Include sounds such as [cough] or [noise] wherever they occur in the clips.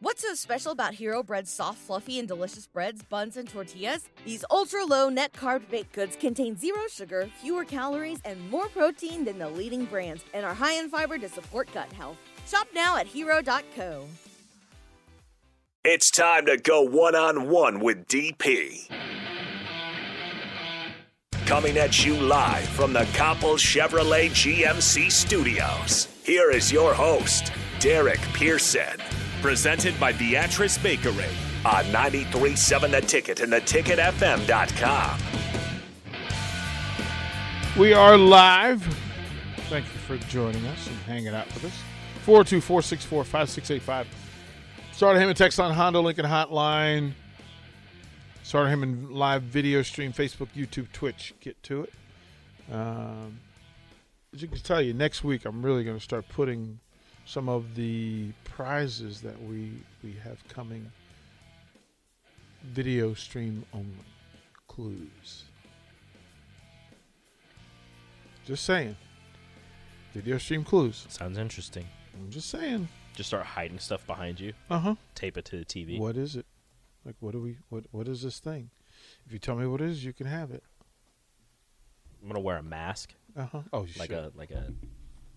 What's so special about Hero Bread's soft, fluffy, and delicious breads, buns, and tortillas? These ultra low net carb baked goods contain zero sugar, fewer calories, and more protein than the leading brands, and are high in fiber to support gut health. Shop now at hero.co. It's time to go one on one with DP. Coming at you live from the Copple Chevrolet GMC studios. Here is your host, Derek Pearson, Presented by Beatrice Bakery. on 93.7 The Ticket and theticketfm.com. We are live. Thank you for joining us and hanging out with us. 424 645 5685. Starter Hammond text on Honda Lincoln Hotline. Starter Hammond live video stream, Facebook, YouTube, Twitch. Get to it. Um, as you can tell you, next week I'm really going to start putting some of the prizes that we, we have coming video stream only. Clues. Just saying. Video stream clues. Sounds interesting. I'm just saying. Just start hiding stuff behind you. Uh huh. Tape it to the TV. What is it? Like, what do we? What What is this thing? If you tell me what it is, you can have it. I'm gonna wear a mask, Uh huh. Oh, you like should. a like a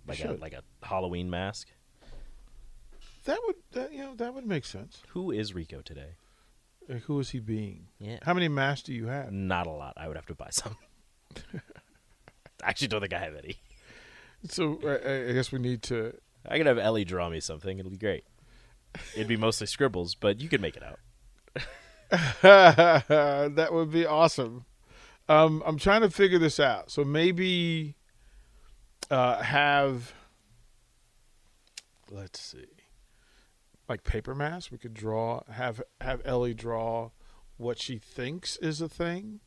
like a should. like a Halloween mask. that would that you know that would make sense. Who is Rico today? Like, who is he being? Yeah. How many masks do you have? Not a lot. I would have to buy some. I actually don't think I have any. So I, I guess we need to. I could have Ellie draw me something. It'll be great. It'd be mostly scribbles, but you could make it out. [laughs] that would be awesome. Um, I'm trying to figure this out. So maybe uh, have. Let's see. Like paper masks, we could draw. Have have Ellie draw what she thinks is a thing,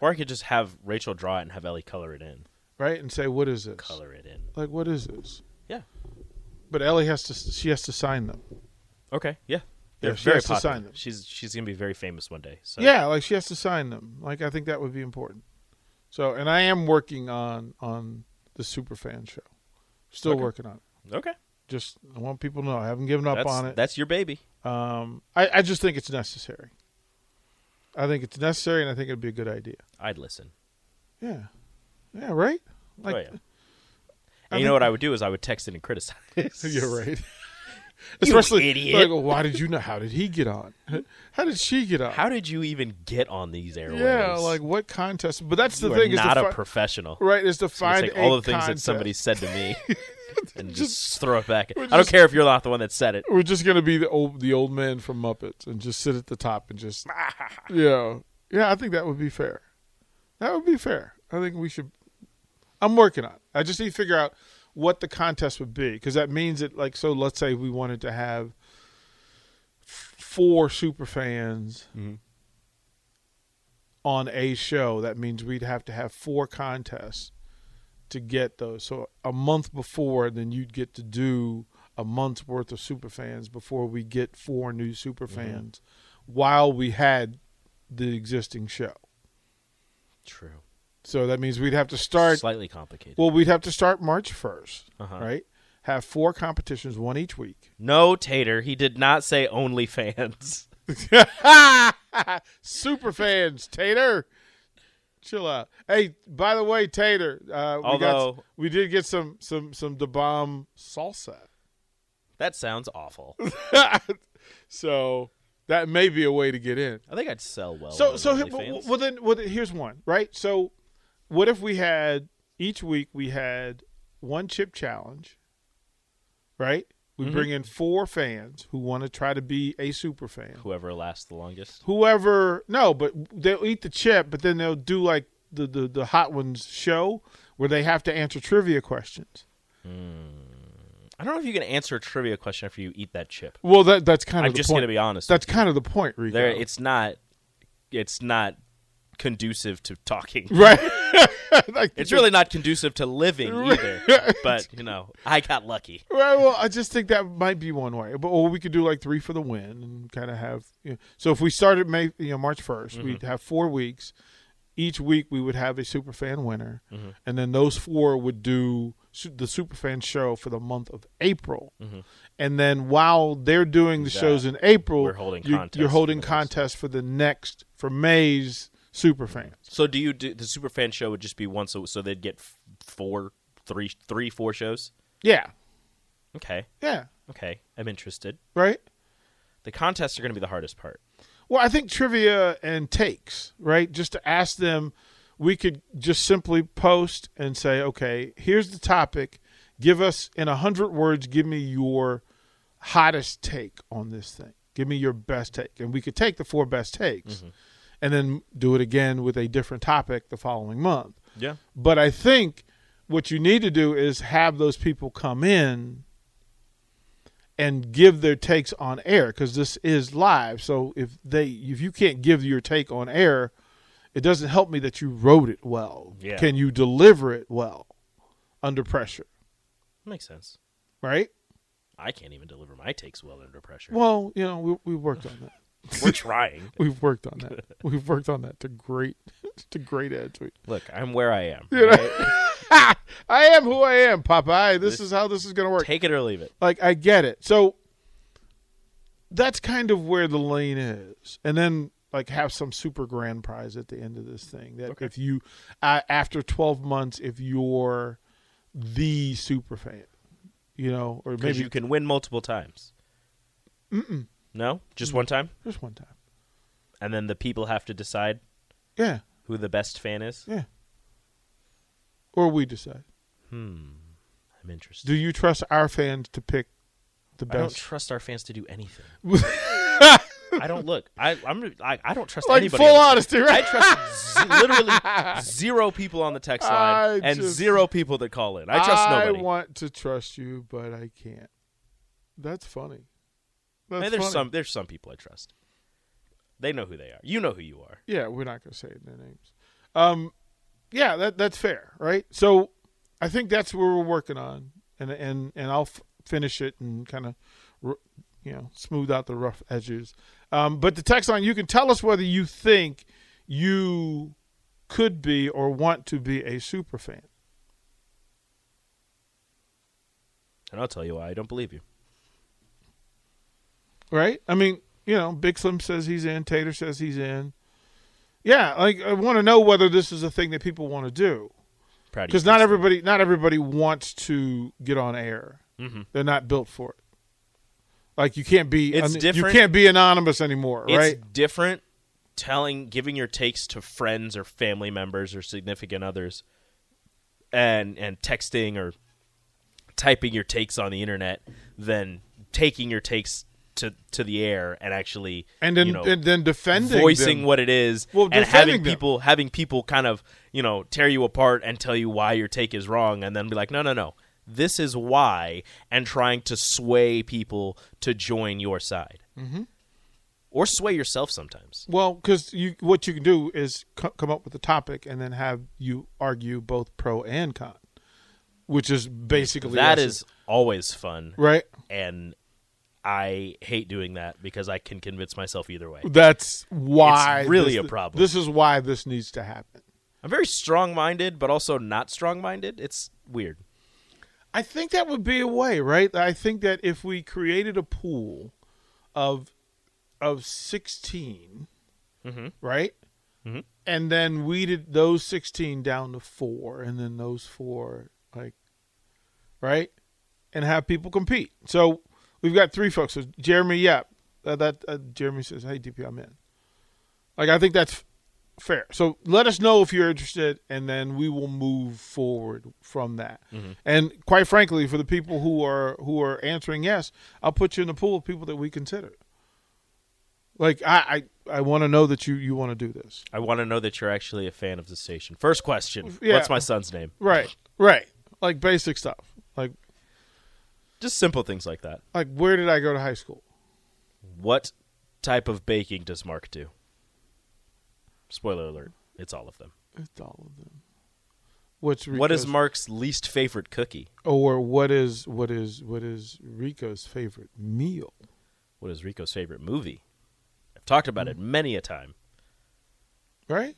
Or I could just have Rachel draw it and have Ellie color it in. right? And say, "What is this? Color it in. Like, what is this?" Yeah. But Ellie has to. She has to sign them. Okay. Yeah. They're Yeah, she very has to popular. sign them. She's she's gonna be very famous one day. So Yeah, like she has to sign them. Like I think that would be important. So, and I am working on on the superfan show. Still Okay. working on it. Okay. Just I want people to know I haven't given up That's on it. that's your baby. Um, I, I just think it's necessary. I think it's necessary, and I think it'd be a good idea. I'd listen. Yeah, yeah, right. Like oh yeah. And I you think- know what I would do is I would text it and criticize. [laughs] you're [laughs] right. Especially idiot. like, why did you know? How did he get on? [laughs] How did she get on? How did you even get on these airways? yeah, like what contest? But that's you the are thing. not is to a fi- professional. right is to So I'm gonna find take all a the things that contest. somebody said to [laughs] me and just, throw it back. we're I don't just- care if you're not the one that said it. We're just gonna be the old the old man from Muppets and just sit at the top and [laughs] just yeah yeah. I think that would be fair. That would be fair. I think we should. I'm working on. It. I just need to figure out what the contest would be because that means that like so. Let's say we wanted to have f- four super fans Mm-hmm. on a show. That means we'd have to have four contests to get those. So a month before, then you'd get to do a month's worth of super fans before we get four new super Mm-hmm. fans while we had the existing show. True. So that means we'd have to start Slightly complicated. well, we'd have to start March 1st, Uh-huh. right? Have four competitions, one each [laughs] week. no, Tater. He did not say OnlyFans. Super fans, Tater. Chill out. Hey, by the way, Tater, uh, we, got, Although- we did get some some some da bomb salsa. That sounds [laughs] awful. [laughs] so that may be a way to get in. I think I'd sell well. So on so he- Oh, OnlyFans. well then well, then here's one right. So what if we had each week we had one chip challenge, right? We Mm-hmm. bring in four fans who want to try to be a super fan. whoever lasts the longest. Whoever no, but they'll eat the chip, but then they'll do like the the, the hot ones show where they have to answer trivia questions. I don't know if you can answer a trivia question after you eat that chip. Well, that that's kind of I'm the just point. gonna be honest. That's kind of the point, Rico. there, it's not. It's not conducive to [laughs] talking. [laughs] right. [laughs] Like, It's really not conducive to [laughs] living either. But you know, I got lucky. Well, well, I just think that might be one way, but or we could do like three for the Mm-hmm. win and kind of have. You know, so if we started May, you know, March 1st we we'd have four weeks. each week we would have a superfan winner, Mm-hmm. and then those four would do su- the superfan show for the month of April, Mm-hmm. and then while they're doing the shows in April, we're holding you, contests you're for holding the next- contests for the next for May's superfans. So do you do the superfan show would just be once a, so they'd get f- four, three, three, four shows. Yeah, Okay, yeah, okay, I'm interested. right. The contests are going to be the hardest part. Well, I think trivia and takes, right? Just to ask them, we could just simply post and say, okay, here's the topic. Give us, in a 100 words, give me your hottest take on this thing. Give me your best take. And we could take the four best takes and then do it again with a different topic the following month. Yeah. But I think what you need to do is have those people come in and give their takes on air because this is live. So if they if you can't give your take on air, it doesn't help me that you wrote it well. Yeah. Can you deliver it well under pressure? Makes sense. Right? I can't even deliver my takes well under pressure. Well, you know, we we worked on that. We're [laughs] trying. We've worked on that. We've worked on that to great [laughs] to great edge. We- Look, I'm where I am. right? I am who I am, Popeye. This, is how this is gonna work. Take it or leave it. Like I get it. So that's kind of where the lane is. And then like have some super grand prize at the end of this thing that if you uh, after 12 months if you're the super fan, you know, or Because maybe you can win multiple times. Mm-mm. No, just one time, just one time. and then the people have to decide Yeah. who the best fan is. Yeah. Or we decide. I'm interested. Do you trust our fans to pick the I don't best? trust our fans to do [laughs] anything. I don't look. I, I'm. I, I don't trust like anybody. full on the- honesty, I right? trust [laughs] z- literally zero people on the text line I and just- zero people that call in. I trust nobody. I want to trust you, but I can't. That's funny. That's Hey, there's funny. some. There's some people I trust. They know who they are. You know who you are. Yeah, we're not going to say their names. Um, yeah, that that's fair, right? So, I think that's where we're working on, and and and I'll f- finish it and kind of, you know, smooth out the rough edges. Um, but the text line, you can tell us whether you think you could be or want to be a super fan. And I'll tell you why I don't believe you. right? I mean, you know, Big Slim says he's in. Tater says he's in. Yeah, like I want to know whether this is a thing that people want to do Proud of you, because not Chris. everybody, not everybody wants to get on air. Mm-hmm. They're not built for it. Like you can't be, It's you different. can't be anonymous anymore, right? It's different telling giving your takes to friends or family members or significant others and and texting or typing your takes on the internet than taking your takes to to the air and actually And then, you know, and then defending, voicing them. what it is Well, and defending having them. people having people kind of you know tear you apart and tell you why your take is wrong and then be like no no no this is why and trying to sway people to join your side mm-hmm. or sway yourself sometimes Well, because you, what you can do is co- come up with a topic and then have you argue both pro and con, which is basically that us. is always fun right. and i hate doing that because i can convince myself either way That's why It's really this- a problem. This is why this needs to happen. i'm very strong-minded but also not strong-minded it's weird I think that would be a way, right? I think that if we created a pool of of 16 right, and then weeded those sixteen down to four, and then those four, like, right, and have people compete. So we've got three folks. So Jeremy, yeah, uh, that uh, Jeremy says, "Hey, DP, I'm in." Like, I think that's fair. So let us know if you're interested, and then we will move forward from that. Mm-hmm. And quite frankly, for the people who are who are answering yes, I'll put you in the pool of people that we consider. Like I I, I want to know that you you want to do this. I want to know that you're actually a fan of the station. First question: Yeah. What's my son's name? [laughs] Right, right. Like basic stuff. Like Just simple things like that. like where did I go to high school? What type of baking does Mark do? Spoiler alert: It's all of them. It's all of them. What's Rico's, What is Mark's least favorite cookie? or what is what is what is Rico's favorite meal? What is Rico's favorite movie? I've talked about it many a time. Right?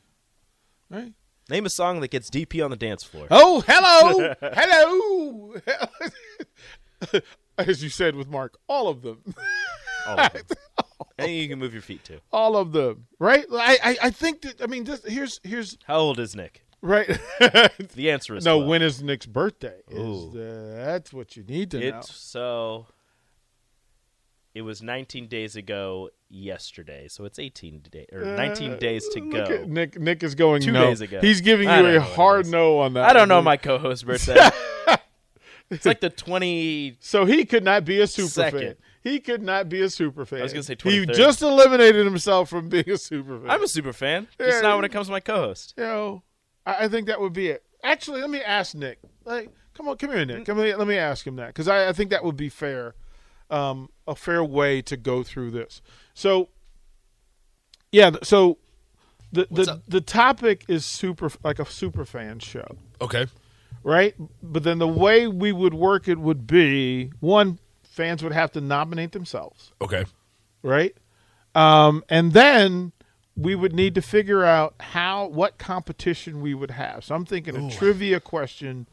Right? Name a song that gets DP on the [laughs] dance floor. Oh, hello, [laughs] hello. [laughs] As you said with Mark, all of them, [laughs] All of them. and you can move your feet to. all of them. Right? I, I, I think that. I mean, this, here's here's How old is Nick? right. [laughs] The answer is no, 12. when is Nick's birthday? Is, Ooh. uh, that's what you need to know. It's so. It was 19 days ago yesterday, so it's 18 day or 19 days to Uh, Look at- go. Nick Nick is going Two no. days ago. He's giving I you don't a know what it hard is. no on that. I don't know one. my co-host [laughs] birthday. it's like the 20. So he could not be a super Second. fan. He could not be a super fan. was gonna say he 23rd. just eliminated himself from being a super fan. I'm a super fan. It's not when it comes to my co-host. you know, I, I think that would be it. Actually, let me ask Nick. Like, come on, come here, Nick. Come here, let me ask him that because I, I think that would be fair, um, a fair way to go through this. So, yeah. th- So, the the, the topic is super like a super fan show, Okay. right? But then the way we would work it would be one fans would have to nominate themselves Okay. right? Um, and then we would need to figure out how what competition we would have. So I'm thinking a trivia question,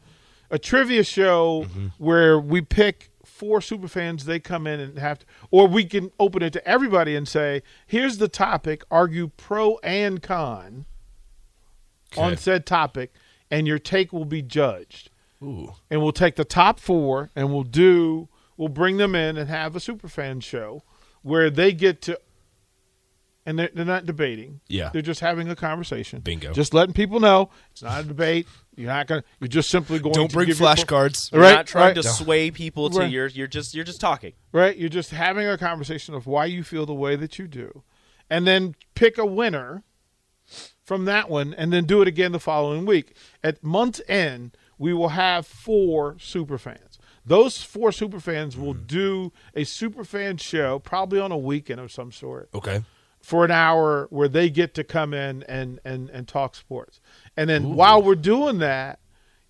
a trivia show where we pick four super fans. They come in and have to, or we can open it to everybody and say, "Here's the topic. Argue pro and con on Okay. said topic, and your take will be judged." Ooh. and we'll take the top four and we'll do we'll bring them in and have a superfan show where they get to and they're, they're not debating Yeah. they're just having a conversation Bingo. just letting people know it's not a debate you're not gonna you're just simply going Don't to bring give your- flashcards. You're right not trying right, to sway people to Right. your. You're just you're just talking. right you're just having a conversation of why you feel the way that you do and then pick a winner from that one and then do it again the following week. At month's end, we will have four superfans. Those four superfans will do a superfan show, probably on a weekend of some sort, Okay. for an hour where they get to come in and and and talk sports. And then while we're doing that,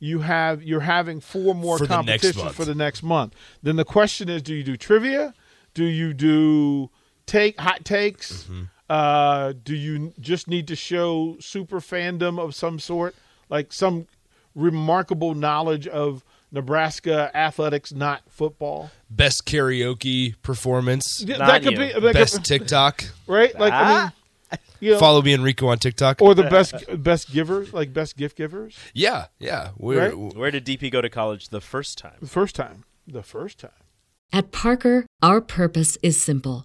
you have you're having four more For the next competitions month. for the next month. Then the question is, do you do trivia? Do you do take hot takes? Mm-hmm. Uh, do you n- just need to show super fandom of some sort, like some remarkable knowledge of Nebraska athletics, not football? Best karaoke performance. Th- Not that could you. be that could- Best TikTok. [laughs] right. Like I mean, you know, Follow me Enrico on [laughs] TikTok. or the best best givers, like best gift givers. yeah. Yeah. We're, Right? Where did DP go to college the first time? The first time, the first time. At Parker, our purpose is simple.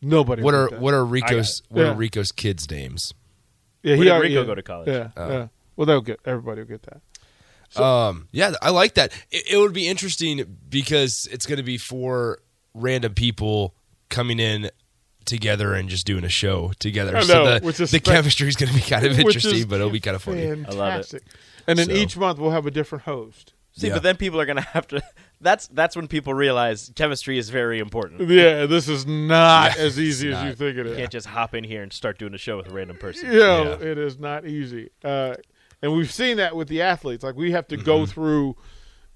Nobody. what are wrote that. what are Rico's what Yeah. are Rico's kids' names? Yeah, Where did already- Rico yeah, go to college? Yeah, Oh. yeah. Well, they'll get everybody will get that. Um, yeah, I like that. It, it would be interesting because it's going to be four random people coming in together and just doing a show together. I so know, the, which is the spe- chemistry is going to be kind [laughs] of Which is [laughs] interesting, but it'll be kind of funny. Fantastic. And then So- each month we'll have a different host. See, Yeah. but then people are gonna have to. That's that's when people realize chemistry is very important. You Yeah, this is not as easy as not. you think it is. can't just hop in here and start doing a show with a random person. Yeah, Yeah. it is not easy. Uh, and we've seen that with the athletes. Like we have to go through.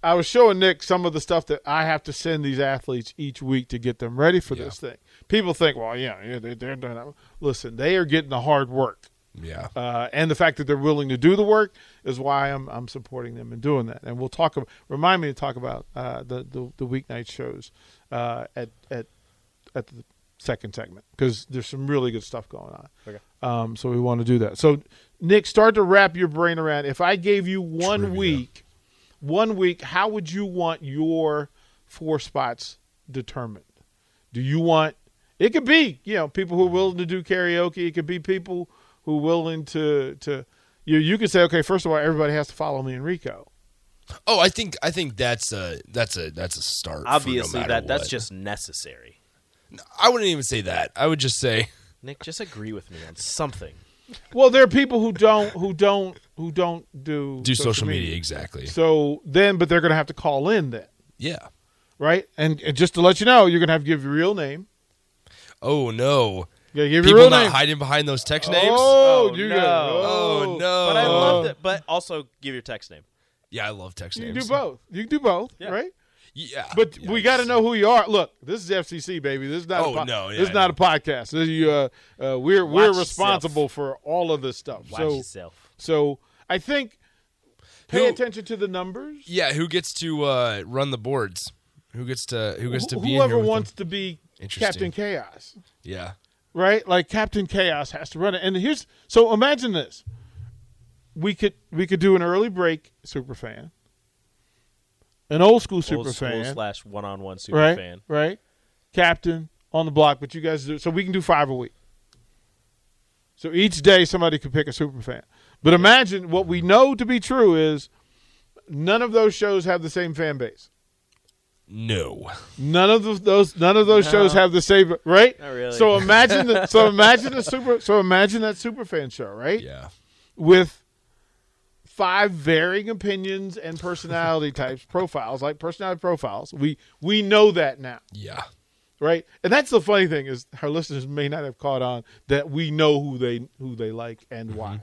I was showing Nick some of the stuff that I have to send these athletes each week to get them ready for this thing. People think, well, yeah, yeah, they're, they're doing that. Listen, they are getting the hard work. Yeah. uh, and the fact that they're willing to do the work is why I'm I'm supporting them in doing that. And we'll talk. ab- Remind me to talk about uh, the, the the weeknight shows uh, at at at the second segment because there's some really good stuff going on. Okay. Um, so we want to do that. So Nick, start to wrap your brain around. If I gave you one Trivia. week one week, how would you want your four spots determined? Do you want it could be, you know, people who are willing to do karaoke, it could be people who are willing to to you you could say, okay, first of all, everybody has to follow me in Rico. Oh, I think I think that's a that's a that's a start. for no Obviously, matter that that's what. just necessary. I wouldn't even say that. I would just say Nick, just agree with me on something. Well, there are people who don't who don't who don't do do social media exactly. So then but they're gonna have to call in then. Yeah. Right? And, and just to let you know, you're gonna have to give your real name. Oh no. You gotta give your People real not name. hiding behind those text names. Oh, you no. got- Oh, no. Uh, But I love that. But also, give your text name. Yeah, I love text You can names. do both. You can do both, Yeah. right? Yeah. But Yeah, we I got to just- know who you are. Look, this is FCC, baby. This is not. Oh, a po- no, yeah, this I is not a podcast. This is, you, uh, uh, we're Watch we're responsible for all of this stuff. Watch so yourself. so I think pay Who- attention to the numbers. Yeah, who gets to uh, run the boards? Who gets to who gets to Wh- be in whoever here with wants them? to be Interesting. Captain Chaos, Yeah. right? Like Captain Chaos has to run it. And here's so imagine this. We could we could do an early break super fan, an old school super Old school fan, slash one on one super right? fan. Right. Captain on the block, but you guys do so we can do five a week. So each day somebody could pick a super fan. But imagine what we know to be true is none of those shows have the same fan base. No. None of the, those none of those shows have the same right. Not really. So imagine the, [laughs] so imagine the super so imagine that super fan show right Yeah. with five varying opinions and personality types profiles like personality profiles. We we know that now Yeah. right? And that's the funny thing is our listeners may not have caught on that we know who they who they like Mm-hmm. and why.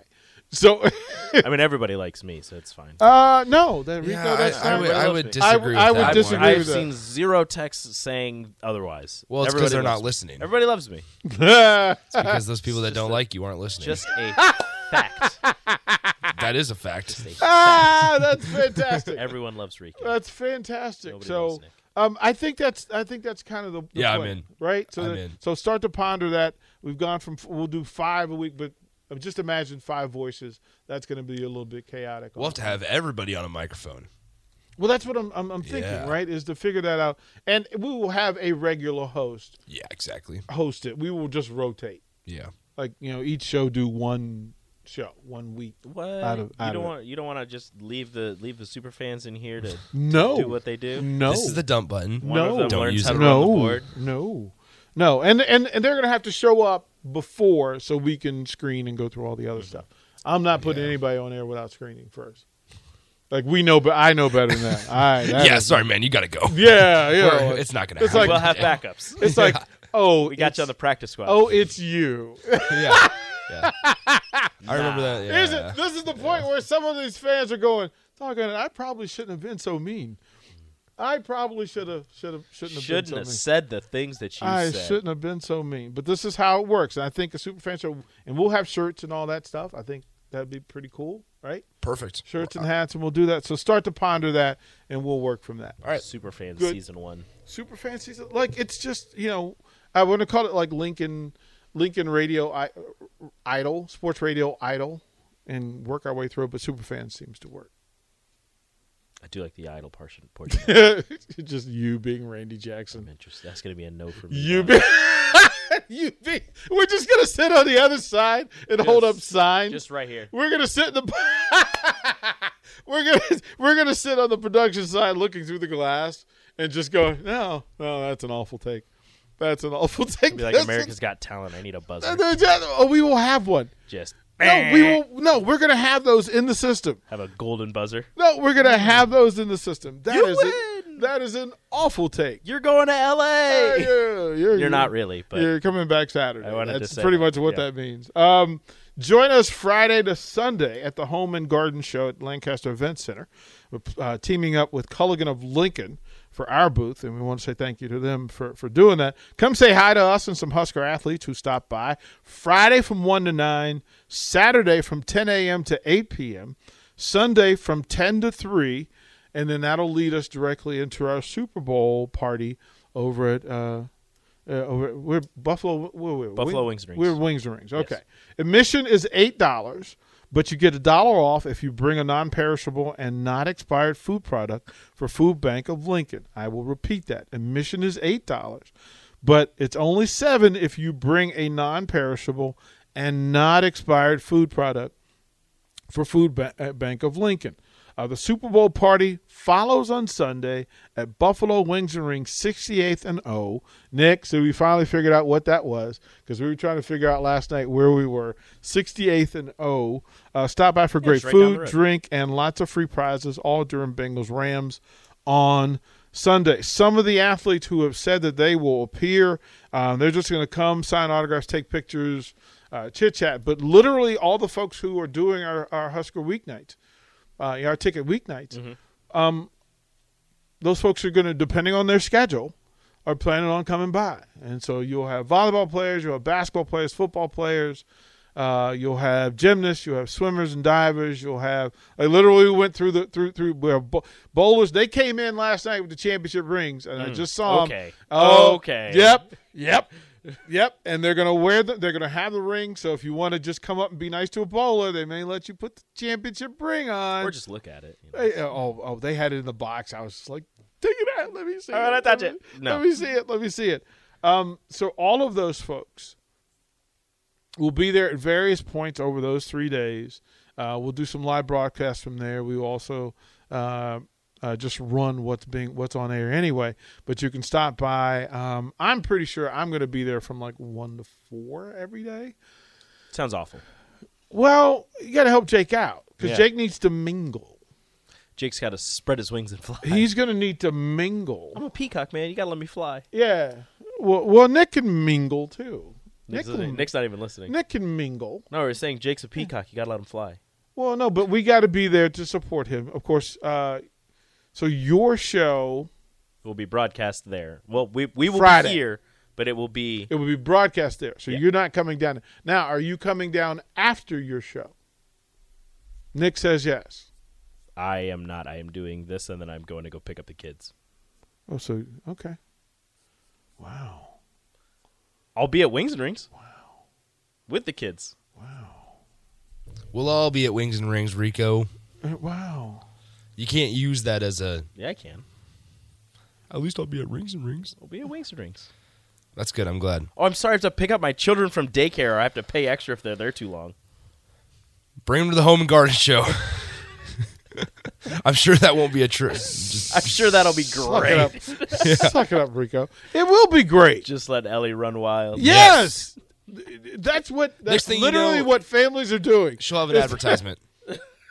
So, [laughs] I mean, everybody likes me, so it's fine. uh, no, that Rico, Yeah, that's I, I not would, I right. would I- disagree. I with would that disagree One. I've with that. seen zero texts saying otherwise. Well, it's Everybody because they're not loves me. listening. Everybody loves me. because those people that don't like you aren't listening. Just a fact. [laughs] that is a fact. [laughs] ah, [laughs] that's fantastic. Everyone loves Rico. that's fantastic. Nobody so, wants Nick. um, I think that's I think that's kind of the, the Yeah, I'm plan, in. right. So I'm that- in. so start to ponder that. We've gone from f- we'll do five a week, but uh, just imagine five voices. That's going to be a little bit chaotic. We'll have to have everybody on a microphone. Well, that's what I'm, I'm, I'm thinking, Yeah. right? Is to figure that out, and we will have a regular host Yeah, exactly. host it. We will just rotate, Yeah. like you know, each show do one show, one week. What? Out of- out you don't of- want you don't want to just leave the leave the super fans in here to No, do what they do. no, This is the dump button. One No. of them Don't learns use how to it. run the no, board. no, no, and and and they're gonna have to show up before so we can screen and go through all the other Mm-hmm. stuff. I'm not putting anybody on air without screening first. Like we know, but I know better than that. I [laughs] that Yeah, is- sorry, man. You got to go. [laughs] yeah, yeah. We're- it's not going to it's happen. like- We'll have backups. It's [laughs] like oh, We got it's- you on the practice squad. oh, it's you. yeah. [laughs] yeah. I remember that. Yeah. Is it? This is the point where some of these fans are going, "Doggone it, I probably shouldn't have been so mean. I probably should have, should have, shouldn't have shouldn't been have so said the things that you mean. I said. shouldn't have been so mean." But this is how it works, and I think a super fan show, and we'll have shirts and all that stuff. I think that'd be pretty cool, right? Perfect. Shirts and hats, and we'll do that. So start to ponder that, and we'll work from that. All right. Super fans Good. season one. Super fancy, like it's just you know, I want to call it like Lincoln, Lincoln Radio I, Idol, Sports Radio Idol, and work our way through it. But super fan seems to work. I do like the idle portion. portion. [laughs] just you being Randy I'm Jackson. interested. That's going to be a no for me. You be, now. [laughs] you be. We're just gonna sit on the other side and hold up signs. just right here. we're gonna sit in the. [laughs] we're gonna we're gonna sit on the production side, looking through the glass, and just go, no, no, that's an awful take. That's an awful [laughs] take. Be like That's America's Got Talent. I need a an- buzzer. Oh, we will have one. Just No, we will. No, we're gonna have those in the system. have a golden buzzer. No, we're gonna have those in the system. That You is a- that is an awful take. You're going to Yeah, L.A. yeah, yeah, yeah. You're not really, but you're coming back Saturday. I wanted to That's say pretty that, much what yeah. that means. Um, join us Friday to Sunday at the Home and Garden Show at Lancaster Event Center. We're uh, teaming up with Culligan of Lincoln for our booth, and we want to say thank you to them for, for doing that. Come say hi to us and some Husker athletes who stop by Friday from 1 to 9, Saturday from 10 a.m. to 8 p.m., Sunday from 10 to 3 and then that'll lead us directly into our Super Bowl party over at uh, uh over we're Buffalo where, were we? Buffalo Wings and Rings. We're Wings and Rings. Okay. Admission is eight dollars, But you get a dollar off if you bring a non perishable and not expired food product for Food Bank of Lincoln. I will repeat that. Admission is $8, but it's only 7 if you bring a non perishable and not expired food product for Food Ba- at Bank of Lincoln. Uh, the Super Bowl party follows on Sunday at Buffalo Wings and Rings, 68th and O. Nick, so we finally figured out what that was because we were trying to figure out last night where we were. 68th and O. Uh, stop by for great right down the food, road. drink, and lots of free prizes, all during Bengals Rams on Sunday. Some of the athletes who have said that they will appear, um, they're just going to come, sign autographs, take pictures, uh, chit chat. But literally, all the folks who are doing our, our Husker weeknights, uh, our ticket weeknights, um, Mm-hmm. those folks are going to, depending on their schedule, are planning on coming by. And so you'll have volleyball players, you'll have basketball players, football players. Uh, you'll have gymnasts, you'll have swimmers and divers, you'll have. I literally we went through the through through we have bo- bowlers. They came in last night with the championship rings, and I just saw 'em. Mm, okay. Oh, Okay. Yep. [laughs] Yep. Yep. And they're gonna wear the, they're gonna have the ring. So if you want to just come up and be nice to a bowler, they may let you put the championship ring on. Or just look at it. you know. Hey, oh, oh, they had it in the box. I was just like, take it out. Let me see. I it. wanna touch Let it. me- No. Let me see it. Let me see it. Um, so all of those folks will be there at various points over those three days. Uh, we'll do some live broadcasts from there. We will also uh, uh, just run what's being what's on air anyway. But you can stop by. Um, I'm pretty sure I'm going to be there from like one to four every day. Sounds awful. Well, you got to help Jake out because Yeah. Jake needs to mingle. Jake's got to spread his wings and fly. He's going to need to mingle. I'm a peacock, man. You got to let me fly. Yeah. Well, well, Nick can mingle too. Nick Nick's, can, Nick's not even listening. Nick can mingle. No, we're saying Jake's a peacock. You got to let him fly. Well, no, but we got to be there to support him, of course. Uh, so your show Will be broadcast there. Well, we we will Friday. be here, but it will be it will be broadcast there. So you're not coming down now. Are you coming down after your show? Nick says yes. I am not. I am doing this, and then I'm going to go pick up the kids. Oh, so okay. Wow. I'll be at Wings and Rings. Wow. With the kids. We'll all be at Wings and Rings, Rico. Uh, [laughs] Wow. You can't use that as a. Yeah, I can. At least I'll be at Rings and Rings. I'll be at Wings and Rings. That's good. I'm glad. Oh, I'm sorry. I have to pick up my children from daycare, or I have to pay extra if they're there too long. Bring them to the Home and Garden Show. [laughs] I'm sure that won't be a trip. Just I'm sure that'll be Suck it great. up. Suck it up, Rico. It will be great. [laughs] Just let Ellie run wild. Yes. That's what. That's thing you literally know- what families are doing. she'll have an advertisement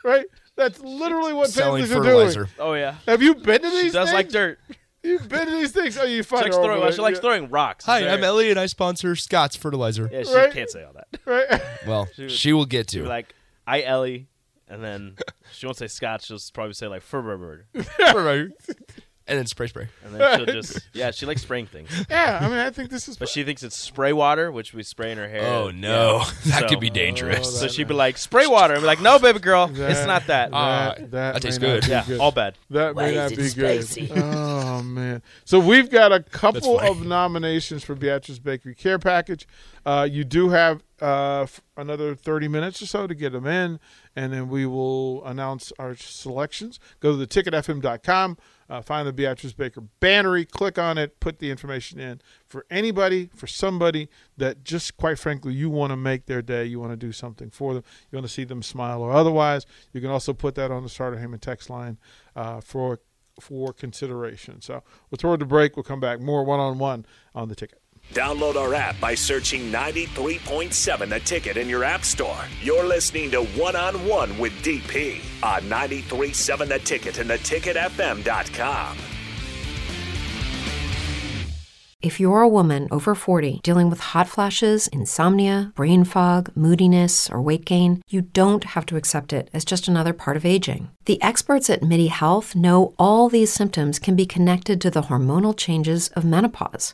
right? That's literally [laughs] what selling families are doing. fertilizer. Oh yeah. Have you been to these? She does things? like dirt. You've been to these things? Oh, you She find likes her throwing. over She there. likes throwing rocks. Hi, There. I'm Ellie, and I sponsor Scott's Fertilizer. Yeah, she Right? can't say all that. Yeah, right? Well, she, would- will get She'll to. be like, I Ellie, and then she won't say Scotch. She'll just probably say like Furberbird, [laughs] and then spray spray. and then she'll just yeah. She likes spraying things, yeah. I mean, I think this is. but she thinks it's spray water, which we spray in her hair. Oh no, [laughs] that So- could be dangerous. So she'd be like, spray water. and be like, no, baby girl, it's not that. Ah, Oh, that, that tastes may not good. be yeah, all bad. That Why may is not it be good. spicy? Oh man! So we've got a couple funny. of nominations for Beatrice Bakery Care Package. Uh, you do have uh, f- another thirty minutes or so to get them in, and then we will announce our selections. Go to theticketfm.com, uh, find the Beatrice Baker bannery, click on it, put the information in for anybody, for somebody that just quite frankly you want to make their day, you want to do something for them, you want to see them smile or otherwise. You can also put that on the Starter Heyman text line uh, for for consideration. So we'll throw it to break. We'll come back more one on one on the ticket. Download our app by searching 93.7 The Ticket in your app store. You're listening to One on One with DP on 93.7 The Ticket and theticketfm.com. If you're a woman over 40 dealing with hot flashes, insomnia, brain fog, moodiness, or weight gain, you don't have to accept it as just another part of aging. The experts at MIDI Health know all these symptoms can be connected to the hormonal changes of menopause,